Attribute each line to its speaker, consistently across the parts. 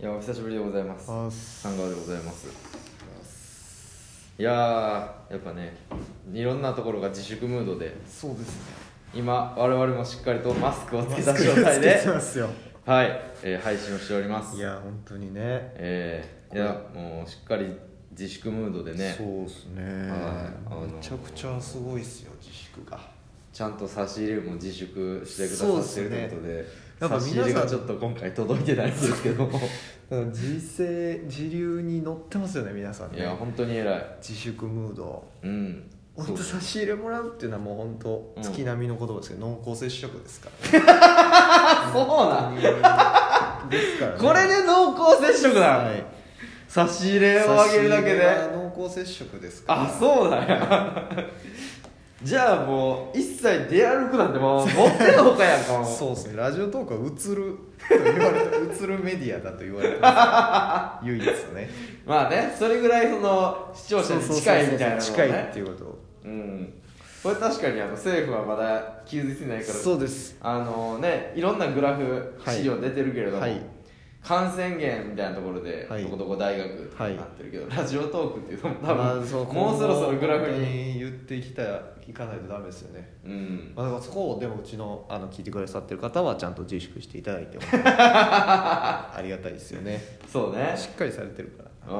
Speaker 1: いやお久しぶりでございます
Speaker 2: あ
Speaker 1: サンガーでございますいやーやっぱねいろんなところが自粛ムードで
Speaker 2: そうですね
Speaker 1: 今我々もしっかりとマスクをつけた状態で
Speaker 2: つけてますよ
Speaker 1: はい、えー配信をしております
Speaker 2: いや本当にね
Speaker 1: えーいやもうしっかり自粛ムードで
Speaker 2: そ
Speaker 1: ね
Speaker 2: うですね、
Speaker 1: あの
Speaker 2: めちゃくちゃすごいですよ自粛が
Speaker 1: ちゃんと差し入れも自粛してくださってるということで
Speaker 2: そうですねなんか皆さ
Speaker 1: 差
Speaker 2: ん
Speaker 1: し入れがちょっと今回届いてないんですけど も
Speaker 2: 自制自流に乗ってますよね皆さん
Speaker 1: いや
Speaker 2: ね
Speaker 1: 本当に偉い
Speaker 2: 自粛ムード
Speaker 1: うん
Speaker 2: 本当差し入れもらうっていうのはもう本当
Speaker 1: うん
Speaker 2: 月並みのことですけど、濃厚接触ですか
Speaker 1: あそう
Speaker 2: ら、
Speaker 1: なん
Speaker 2: ね、ですから、ね、
Speaker 1: これで濃厚接触だ、
Speaker 2: はい
Speaker 1: 差し入れをあげるだけで
Speaker 2: 差し入れは濃厚接触ですから
Speaker 1: あそうだよじゃあもう一切出歩くなんてもう持ってのほかやんかも
Speaker 2: そうですねラジオトークは映ると言われて映るメディアだと言われてます唯一ね
Speaker 1: まあねそれぐらいその視聴者に近いみたいなのもね
Speaker 2: そうそうそうそう近いっていうこと
Speaker 1: うんこれ確かにあの政府はまだ気づいてないから
Speaker 2: そうです
Speaker 1: あのねいろんなグラフ資料出てるけれども、
Speaker 2: はい
Speaker 1: 感染源みたいなところで、
Speaker 2: はい
Speaker 1: どこどこ大学って
Speaker 2: はい
Speaker 1: なってるけど、ラジオトークっていうのも多分、
Speaker 2: まあそう
Speaker 1: もうそろそろグラフ
Speaker 2: 本当
Speaker 1: に
Speaker 2: に言っていきたいいかないとダメですよね
Speaker 1: うん
Speaker 2: まあ、だからそこをでもうちのあの聞いてくださってる方はちゃんと自粛していただいても ありがたいですよね
Speaker 1: そうね
Speaker 2: しっかりされてるから
Speaker 1: ああ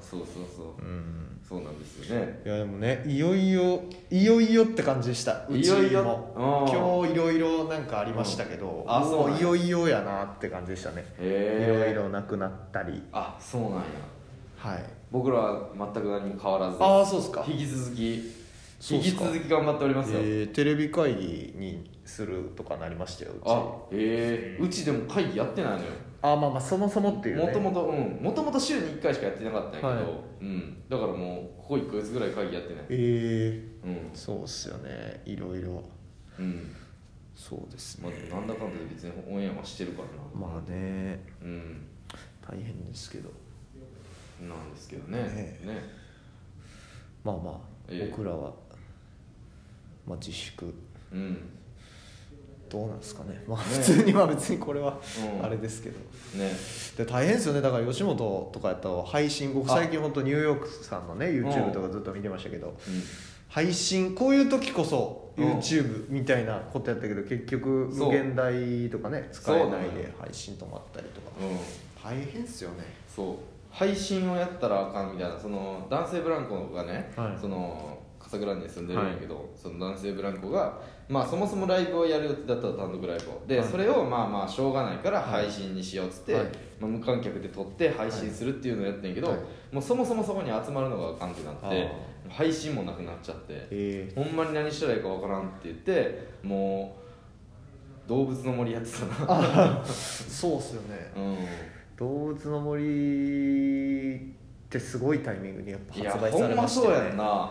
Speaker 1: そうそうそう
Speaker 2: うん
Speaker 1: そうなんですよね
Speaker 2: いやでもねいよいよいよいよって感じでしたうち
Speaker 1: いよいよ
Speaker 2: も
Speaker 1: うん
Speaker 2: 今日いろいろなんかありましたけど、
Speaker 1: うんあ
Speaker 2: も
Speaker 1: そうなんや
Speaker 2: いよいよやなって感じでしたねい
Speaker 1: へ
Speaker 2: ろ
Speaker 1: え
Speaker 2: いろなくなったり
Speaker 1: あそうなんや
Speaker 2: はい
Speaker 1: 僕らは全く何も変わらず
Speaker 2: ああそうですか
Speaker 1: 引き続き
Speaker 2: そう
Speaker 1: 引
Speaker 2: っ
Speaker 1: き
Speaker 2: すか
Speaker 1: 続き頑張っておりますよ、
Speaker 2: えーテレビ会議にするとかなりましたようち
Speaker 1: あええうちでも会議やってないのよ
Speaker 2: あまあまあそもそもっていうね
Speaker 1: もともとうんもともと週に1回しかやってなかったんやけど、
Speaker 2: はい
Speaker 1: うんだからもうここ1ヶ月ぐらい会議やってない
Speaker 2: え
Speaker 1: うん
Speaker 2: ー、そうっすよねいろいろ
Speaker 1: うん
Speaker 2: そうです
Speaker 1: ま
Speaker 2: ね
Speaker 1: あなんだかんだで別にオンエアはしてるからな
Speaker 2: まあね
Speaker 1: うん
Speaker 2: 大変ですけど
Speaker 1: なんですけどね
Speaker 2: ねえ
Speaker 1: ね
Speaker 2: まあまあ、
Speaker 1: ええ
Speaker 2: 僕らは、まあ、自粛
Speaker 1: うん
Speaker 2: どうなんですかねまあ
Speaker 1: ね
Speaker 2: 普通には別にこれは
Speaker 1: うん
Speaker 2: あれですけど、
Speaker 1: ね
Speaker 2: で大変ですよねだから吉本とかやったら配信僕
Speaker 1: あ
Speaker 2: 最近本当ニューヨークさんのね
Speaker 1: うん
Speaker 2: YouTube とかずっと見てましたけど
Speaker 1: うん
Speaker 2: 配信こういう時こそ
Speaker 1: うん
Speaker 2: YouTube みたいなことやったけど結局
Speaker 1: そう
Speaker 2: 無限大とかね使えない
Speaker 1: そうなのよ
Speaker 2: で配信止まったりとか
Speaker 1: うん
Speaker 2: 大変ですよね
Speaker 1: そう配信をやったらあかんみたいなその男性ブランコがね、
Speaker 2: はい
Speaker 1: そのカサグランデに住んでるんやけど、その男性ブランコが、まあ、そもそもライブをやる予定だったら単独ライブをで、
Speaker 2: はい
Speaker 1: それをまあまあしょうがないから配信にしようっつって、
Speaker 2: はい
Speaker 1: まあ、無観客で撮って配信するっていうのをやってんやけど、
Speaker 2: はい
Speaker 1: もうそもそもそこに集まるのがあかんってな
Speaker 2: あ
Speaker 1: って
Speaker 2: ー
Speaker 1: 配信もなくなっちゃって
Speaker 2: え
Speaker 1: ほんまに何したらいいかわからんって言ってもう動物の森やってたな
Speaker 2: ー、そうっすよね
Speaker 1: うん
Speaker 2: 動物の森ってすごいタイミングにやっ
Speaker 1: い
Speaker 2: ぱ
Speaker 1: や
Speaker 2: 発売
Speaker 1: ほ
Speaker 2: さ
Speaker 1: ん
Speaker 2: れ
Speaker 1: ま
Speaker 2: ました
Speaker 1: そう
Speaker 2: よ
Speaker 1: やん
Speaker 2: ね
Speaker 1: な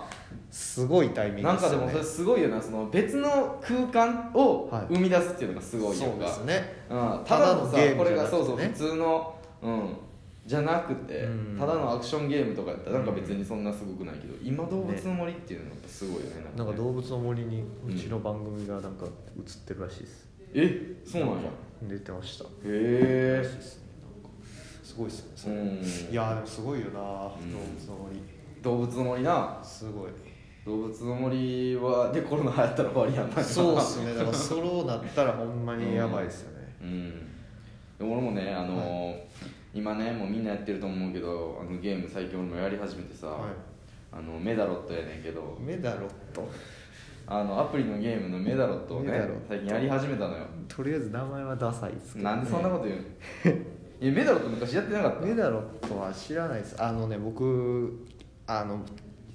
Speaker 2: すごいタイミング
Speaker 1: なん
Speaker 2: です
Speaker 1: か
Speaker 2: よ
Speaker 1: で
Speaker 2: ね
Speaker 1: もそれすごいよなその別の空間を
Speaker 2: はい
Speaker 1: 生み出すっていうのがすごいよ
Speaker 2: そう
Speaker 1: な、
Speaker 2: ですね
Speaker 1: うん、ただの
Speaker 2: ただの
Speaker 1: さ
Speaker 2: ゲー
Speaker 1: こ
Speaker 2: ム
Speaker 1: れが
Speaker 2: じゃ
Speaker 1: そ
Speaker 2: な
Speaker 1: う
Speaker 2: く
Speaker 1: そ
Speaker 2: て
Speaker 1: う
Speaker 2: ね
Speaker 1: 普通のうんじゃなくて
Speaker 2: うん
Speaker 1: ただのアクションゲームとかやったらなんか別にそんなすごくないけど今動物の森っていうのがやっぱすごいよね
Speaker 2: なんか
Speaker 1: ね
Speaker 2: 動物の森にうちの番組がなんか映ってるらしいです
Speaker 1: えそうなんやへ
Speaker 2: 出てましたらしい
Speaker 1: え
Speaker 2: ですねなんかすごいですねそれ
Speaker 1: うん
Speaker 2: いやーでもすごいよな、
Speaker 1: ん
Speaker 2: 動物の森
Speaker 1: 動物の森な
Speaker 2: すごい
Speaker 1: 動物の森はでコロナ流行ったら終わりやんな
Speaker 2: そうっすねだからソロなったらほんまにやばいですよね、
Speaker 1: うんでも俺もねあのー今ねもうみんなやってると思うけどあのゲーム最近俺もやり始めてさ、
Speaker 2: はい
Speaker 1: あのメダロットやねんけど
Speaker 2: メダロット
Speaker 1: あのアプリのゲームのメダロットをね
Speaker 2: メダロット
Speaker 1: 最近やり始めたのよ
Speaker 2: とりあえず名前はダサいですけど、
Speaker 1: なんでそんなこと 言うのいやメダロット昔やってなかった
Speaker 2: メダロットは知らないですあのね僕あの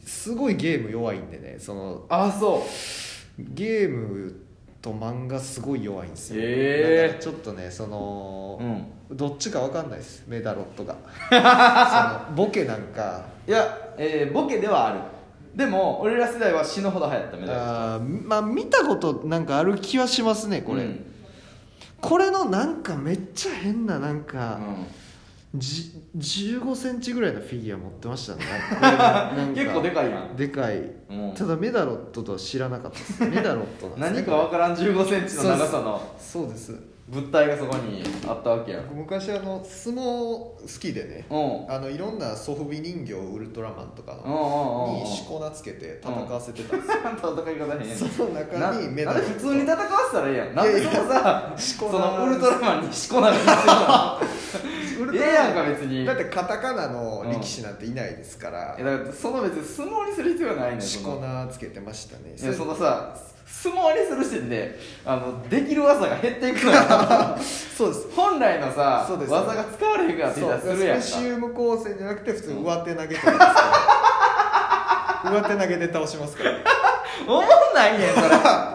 Speaker 2: すごいゲーム弱いんでねその
Speaker 1: ああそう
Speaker 2: ゲームと漫画すごい弱いんですよ、
Speaker 1: へー
Speaker 2: だからちょっとねその、
Speaker 1: うん
Speaker 2: どっちかわかんないですメダロット がそのボケなんか
Speaker 1: いや、えーボケではあるでも俺ら世代は死ぬほど流行ったメダロット
Speaker 2: あーまあ見たことなんかある気はしますねこれ、
Speaker 1: うん
Speaker 2: これのなんかめっちゃ変ななんか、
Speaker 1: うん
Speaker 2: じ15センチぐらいのフィギュア持ってまし たねなん
Speaker 1: 結構でかいやん
Speaker 2: でかい、
Speaker 1: うん
Speaker 2: ただメダロットとは知らなかったですメダロットなんで
Speaker 1: 何
Speaker 2: すね
Speaker 1: かわからん1 5ンチの長さの
Speaker 2: そうです
Speaker 1: 物体がそこにあったわけやん
Speaker 2: 僕昔あの相撲好きでね
Speaker 1: うんうん
Speaker 2: あのいろんなソフビ人形ウルトラマンとか
Speaker 1: うんう
Speaker 2: の
Speaker 1: んうん
Speaker 2: にしこ名つけて戦わせてたんですよ
Speaker 1: 戦い方変やね
Speaker 2: その中にメ
Speaker 1: な
Speaker 2: ダ
Speaker 1: なん
Speaker 2: ル
Speaker 1: で普通に戦わせたらええやんなんでそのさ
Speaker 2: し
Speaker 1: そ
Speaker 2: こ
Speaker 1: の
Speaker 2: 名
Speaker 1: ウルトラマンにしこな るの
Speaker 2: ウル
Speaker 1: え
Speaker 2: ト
Speaker 1: え
Speaker 2: ラ
Speaker 1: や
Speaker 2: マ
Speaker 1: ん
Speaker 2: ン
Speaker 1: か別に
Speaker 2: だってカタカナの力士なんていないですから
Speaker 1: えだからその別に相撲にする必要はないねん
Speaker 2: し
Speaker 1: そ
Speaker 2: こ
Speaker 1: の
Speaker 2: 名つけてましたね
Speaker 1: いやそのさ相撲にする時点であのできる技が減っていくのよ
Speaker 2: そうです
Speaker 1: 本来のさ
Speaker 2: そうですよ
Speaker 1: 技が使われへんくなってきた
Speaker 2: そう
Speaker 1: りするやんか
Speaker 2: スペシウム光線じゃなくて普通上手投げとかですから上手投げで倒しますから ね
Speaker 1: おもんないねんそ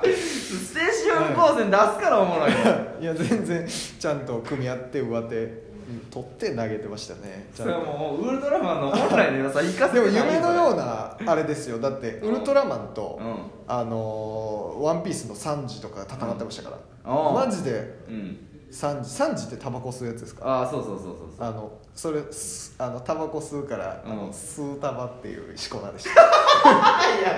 Speaker 1: れ スペシウム光線出すからおもろいねん
Speaker 2: いや全然ちゃんと組み合って上手うん取って投げてましたねち
Speaker 1: そ
Speaker 2: ゃん
Speaker 1: れは
Speaker 2: と
Speaker 1: もうウルトラマンの本来の良さ生かせて
Speaker 2: でも
Speaker 1: ない
Speaker 2: 夢のよう
Speaker 1: な
Speaker 2: なあれですよだって
Speaker 1: うん
Speaker 2: ウルトラマンと、
Speaker 1: うん
Speaker 2: あのーワンピースのサンジとか戦ってましたから、
Speaker 1: うんあー
Speaker 2: マジで
Speaker 1: うん
Speaker 2: サンジサンジってタバコ吸うやつですか
Speaker 1: ああそうそうそうそうそう
Speaker 2: あのそれすあのタバコ吸うから、あ
Speaker 1: うん
Speaker 2: の吸うタバっていうしこ名でした
Speaker 1: いや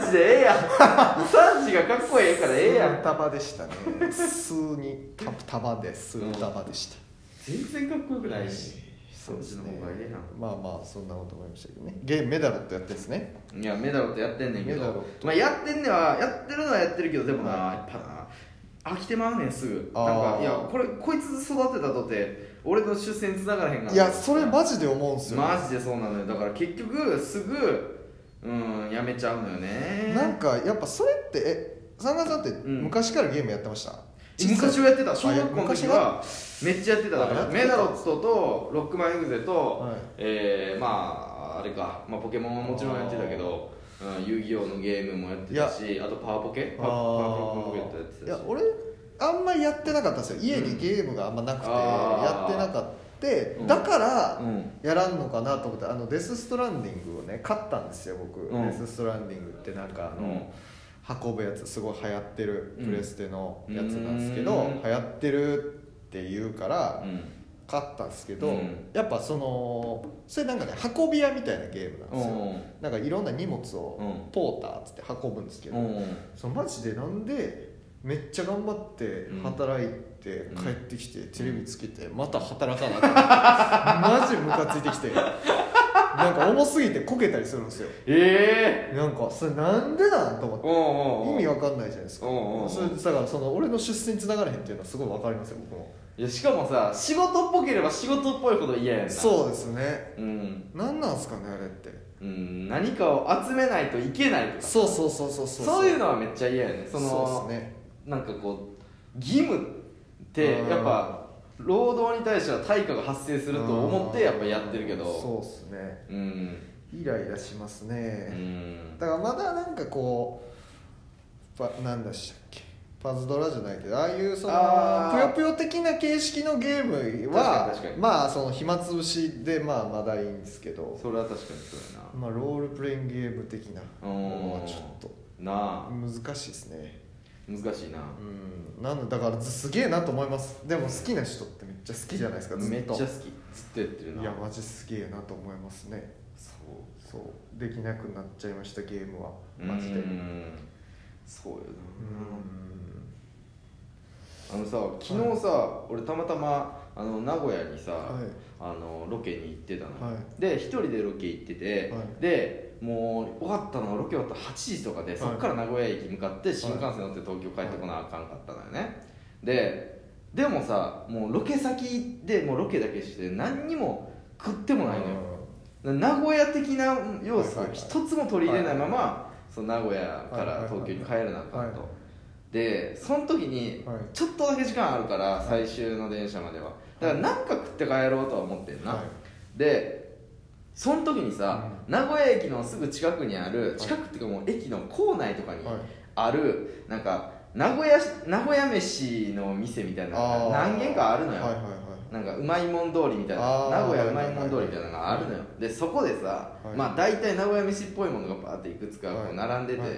Speaker 1: 3時でええ やん3時がかっこええからええや
Speaker 2: 吸うんタバでしたね吸うにタタバで吸うタバでした、
Speaker 1: 全然かっこよくないし
Speaker 2: そうです
Speaker 1: 3
Speaker 2: ね
Speaker 1: 時の方がええや
Speaker 2: まあまあそんなこと思いましたけどねゲームメダロットやってるんですね
Speaker 1: んいやメダロットやってんねんけ
Speaker 2: メダロ
Speaker 1: ど
Speaker 2: ット
Speaker 1: まあやってんねはやってるのはやってるけどでもな
Speaker 2: は
Speaker 1: やっぱな飽きてまうねんすぐな
Speaker 2: あ
Speaker 1: ん
Speaker 2: ー
Speaker 1: かいやこれこいつ育てたとて俺の出世に繋がらへんから
Speaker 2: いやそれマジで思うんですよ、ね、
Speaker 1: マジでそうなのよだから結局すぐうんやめちゃうのよね
Speaker 2: なんかやっぱそれってえ三川さんって
Speaker 1: ん
Speaker 2: 昔からゲームやってました、
Speaker 1: 昔はやってた小学校の時
Speaker 2: 昔
Speaker 1: は
Speaker 2: は
Speaker 1: めっちゃやってただか
Speaker 2: あや
Speaker 1: ら
Speaker 2: ってた
Speaker 1: メダロットとロックマンエグゼと、
Speaker 2: はい
Speaker 1: えーまああれか、まあ、ポケモンはもちろんやってたけど、うん、遊戯王のゲームもやってたしあとパワーポケパワーポケットやって
Speaker 2: い
Speaker 1: た
Speaker 2: や
Speaker 1: し
Speaker 2: 俺あんまりやってなかったんですよ家にゲームがあんまなくて、
Speaker 1: うん
Speaker 2: やってなかった
Speaker 1: うん
Speaker 2: だから
Speaker 1: うん
Speaker 2: やらんのかなと思ってあのデス・ストランディングをね買ったんですよ僕、
Speaker 1: うん
Speaker 2: デス・ストランディングってなんかあ
Speaker 1: う
Speaker 2: の、運ぶやつすごい流行ってるプレステのやつなんですけど、
Speaker 1: うん
Speaker 2: 流行ってるって言うから
Speaker 1: うん
Speaker 2: 買ったんですけど、
Speaker 1: うん
Speaker 2: やっぱそのそれなんかね運び屋みたいなゲームなんですよ、
Speaker 1: う
Speaker 2: なんかいろんな荷物
Speaker 1: う
Speaker 2: を
Speaker 1: ん
Speaker 2: ポーターっつって運ぶんですけど、
Speaker 1: んうん
Speaker 2: そのマジでなんでめっちゃ頑張って
Speaker 1: うん
Speaker 2: 働いて
Speaker 1: うん
Speaker 2: 帰ってきてテレビつけてまた働かなあかんマジムカついてきてなんか重すぎてこけたりするんですよ
Speaker 1: ええ
Speaker 2: なんかそれなんでなんと思っ
Speaker 1: う
Speaker 2: て
Speaker 1: んうんうん
Speaker 2: 意味わかんないじゃないですか
Speaker 1: うんうんうん
Speaker 2: それでだからその俺の出世につながらへんっていうのはすごいわかりますよ僕も
Speaker 1: いやしかもさ仕事っぽければ仕事っぽいほど嫌やんな
Speaker 2: そうですね
Speaker 1: ううん、
Speaker 2: なんなんすかねあれって
Speaker 1: うん、何かを集めないといけないとか
Speaker 2: そうそうそうそうそう
Speaker 1: そういうのはめっちゃ嫌やねその
Speaker 2: そうですね
Speaker 1: なんかこう義務って
Speaker 2: うん
Speaker 1: やっぱ労働に対しては対価が発生すると思ってやっぱやってるけど
Speaker 2: そうですね
Speaker 1: うん
Speaker 2: イライラしますね
Speaker 1: うん
Speaker 2: だからまだなんかこうパなんだっしたっけパズドラじゃないけどああいうその
Speaker 1: あー
Speaker 2: ぷよぷよ的な形式のゲームは
Speaker 1: 確かに確かに
Speaker 2: まあその暇つぶしでまあまだいいんですけど、
Speaker 1: それは確かにそうや
Speaker 2: まあ、ロールプレイングゲーム的な
Speaker 1: なうん
Speaker 2: のはちょっと
Speaker 1: なあ
Speaker 2: 難しいですね
Speaker 1: 難しいな
Speaker 2: うんなんだだからずすげえなと思いますでも好きな人ってめっちゃ好きじゃないですかずっと
Speaker 1: めっちゃ好きずっとやってるない
Speaker 2: やマジすげえなと思いますね
Speaker 1: そう
Speaker 2: そうできなくなっちゃいましたゲームはマジで
Speaker 1: う
Speaker 2: うん
Speaker 1: そうよなんあのさ昨日さ、俺たまたまあの名古屋にさ、
Speaker 2: はい
Speaker 1: あのロケに行ってたの、
Speaker 2: は
Speaker 1: で一人でロケ行ってて、
Speaker 2: はい
Speaker 1: でもう終わったのロケ終わった8時とかで、
Speaker 2: い
Speaker 1: そっから名古屋駅向かって新幹線乗って東京帰ってこなあかんかったのよね、ででもさもうロケ先でもうロケだけして何にも食ってもないのよ、名古屋的な要素を一つも取り入れないまま、その名古屋から東京に帰らなあかんと、
Speaker 2: は
Speaker 1: でその時に
Speaker 2: はい
Speaker 1: ちょっとだけ時間あるから最終の電車まではだから何か食って帰ろうとは思ってんな、
Speaker 2: は
Speaker 1: でその時にさ、名古屋駅のすぐ近くにある
Speaker 2: い
Speaker 1: 近くっていうかもう駅の構内とかに
Speaker 2: はい
Speaker 1: あるなんか名古屋名古屋飯の店みたいなのが
Speaker 2: あー
Speaker 1: 何軒かあるのよ、
Speaker 2: はいはいはい
Speaker 1: なんかうまいもん通りみたいな
Speaker 2: あ
Speaker 1: 名
Speaker 2: ー
Speaker 1: 古屋うまいもん通りみたいなのがあるのよ、でそこでさ、
Speaker 2: はい
Speaker 1: まあ大体名古屋飯っぽいものがバーっていくつかこ
Speaker 2: は
Speaker 1: う
Speaker 2: い
Speaker 1: 並んでて、
Speaker 2: はい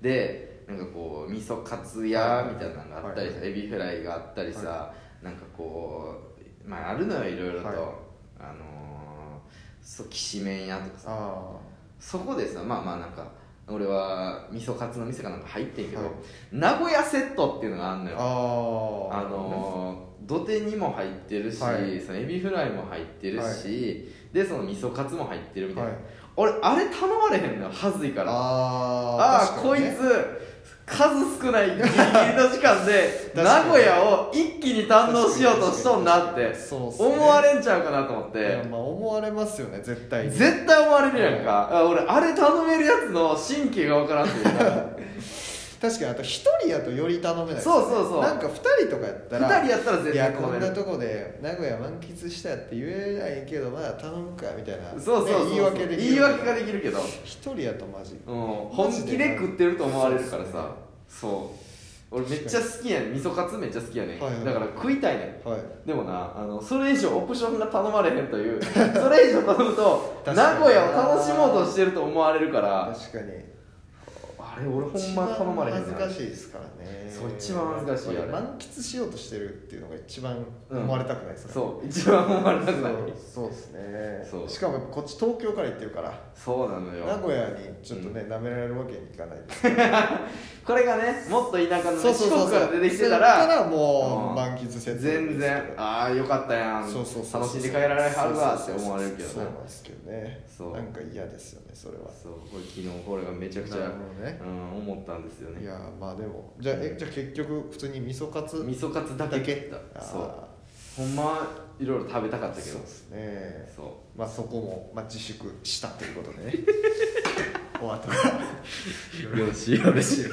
Speaker 1: でなんかこう味噌カツ屋みたいなのがあったりさ、
Speaker 2: はい
Speaker 1: エビフライがあったりさ、なんかこうまああるのよいろいろと、
Speaker 2: はい
Speaker 1: あのーそうきしめん屋とかさ
Speaker 2: あ
Speaker 1: そこでさまあまあなんか俺は味噌カツの店かなんか入ってんけど、
Speaker 2: はい
Speaker 1: 名古屋セットっていうのがあんの
Speaker 2: あ
Speaker 1: よ
Speaker 2: あ
Speaker 1: あのー土手にも入ってるし、
Speaker 2: はい
Speaker 1: そのエビフライも入ってるし、
Speaker 2: は
Speaker 1: でその味噌カツも入ってるみたいな、
Speaker 2: はい
Speaker 1: 俺あれ頼まれへんのよはずいからあ
Speaker 2: あ
Speaker 1: あ
Speaker 2: ー
Speaker 1: ー、
Speaker 2: 確
Speaker 1: こ
Speaker 2: か
Speaker 1: い
Speaker 2: にね
Speaker 1: つ数少ないギリギリの時間で
Speaker 2: 確か
Speaker 1: 名
Speaker 2: に
Speaker 1: 古屋を一気に堪能しようとしとんなって
Speaker 2: そうっすね
Speaker 1: 思われんちゃうかなと思っ
Speaker 2: いや
Speaker 1: て
Speaker 2: まあ思われますよね絶対に
Speaker 1: 絶対思われるやんか、あ俺あれ頼めるやつの神経がわからんっ ていうか
Speaker 2: 確かにあと一人やとより頼めないですね
Speaker 1: そうそうそう
Speaker 2: なんか二人とかやったら
Speaker 1: 2人やったら絶
Speaker 2: いや
Speaker 1: 対
Speaker 2: こ
Speaker 1: 頼め
Speaker 2: んな
Speaker 1: る
Speaker 2: とこで名古屋満喫したって言えないけどまだ頼むかみたいな
Speaker 1: そうそうそうそう
Speaker 2: ね言い訳できる
Speaker 1: 言い訳ができるけど
Speaker 2: 一人やとマジ
Speaker 1: うん、本気で食ってると思われるからさそう俺めっちゃ好きやねん味噌カツめっちゃ好きやねん、
Speaker 2: はいはい
Speaker 1: だから食いたいねん
Speaker 2: はい
Speaker 1: でもなあのそれ以上オプションが頼まれへんという それ以上頼むと名
Speaker 2: 確かに
Speaker 1: 古屋を楽しもうとしてると思われるから
Speaker 2: 確かに
Speaker 1: あれ俺ほんま頼まれへん
Speaker 2: 一番
Speaker 1: な
Speaker 2: 恥ずかしいですからね
Speaker 1: そう一番恥ずかしいあれ
Speaker 2: 満喫しようとしてるっていうのが一番
Speaker 1: うん
Speaker 2: 思われたくないですから、
Speaker 1: そう一番思われたくない
Speaker 2: そうそうですね
Speaker 1: そう
Speaker 2: しかもやっぱこっち東京から行ってるから
Speaker 1: そうなのよ
Speaker 2: 名古屋にちょっとね、舐められるわけにいかないです
Speaker 1: これがねもっと田舎のね
Speaker 2: そうそう
Speaker 1: 四
Speaker 2: そう
Speaker 1: 国から出てきてた
Speaker 2: だ
Speaker 1: ら
Speaker 2: ったらも
Speaker 1: うん
Speaker 2: う満喫せず
Speaker 1: 全然ああよかったやん
Speaker 2: そうそうそう
Speaker 1: 楽しんで帰られはるわって思われるけ
Speaker 2: そ
Speaker 1: ど
Speaker 2: う
Speaker 1: な
Speaker 2: なんですけどね
Speaker 1: そう
Speaker 2: なんか嫌ですよねそれは
Speaker 1: そうこれ昨日これがめちゃくちゃ、
Speaker 2: なるほどね
Speaker 1: うん、思ったんですよね
Speaker 2: いやーまあでもじゃあえじゃあ結局普通に味噌カツ
Speaker 1: 味噌カツだけ食っ
Speaker 2: あ
Speaker 1: た
Speaker 2: ー
Speaker 1: そうほんまはいろいろ食べたかったけど
Speaker 2: そうですね
Speaker 1: そう
Speaker 2: まあそこも、まあ、自粛 したということでね終わったから
Speaker 1: よろしいよろしい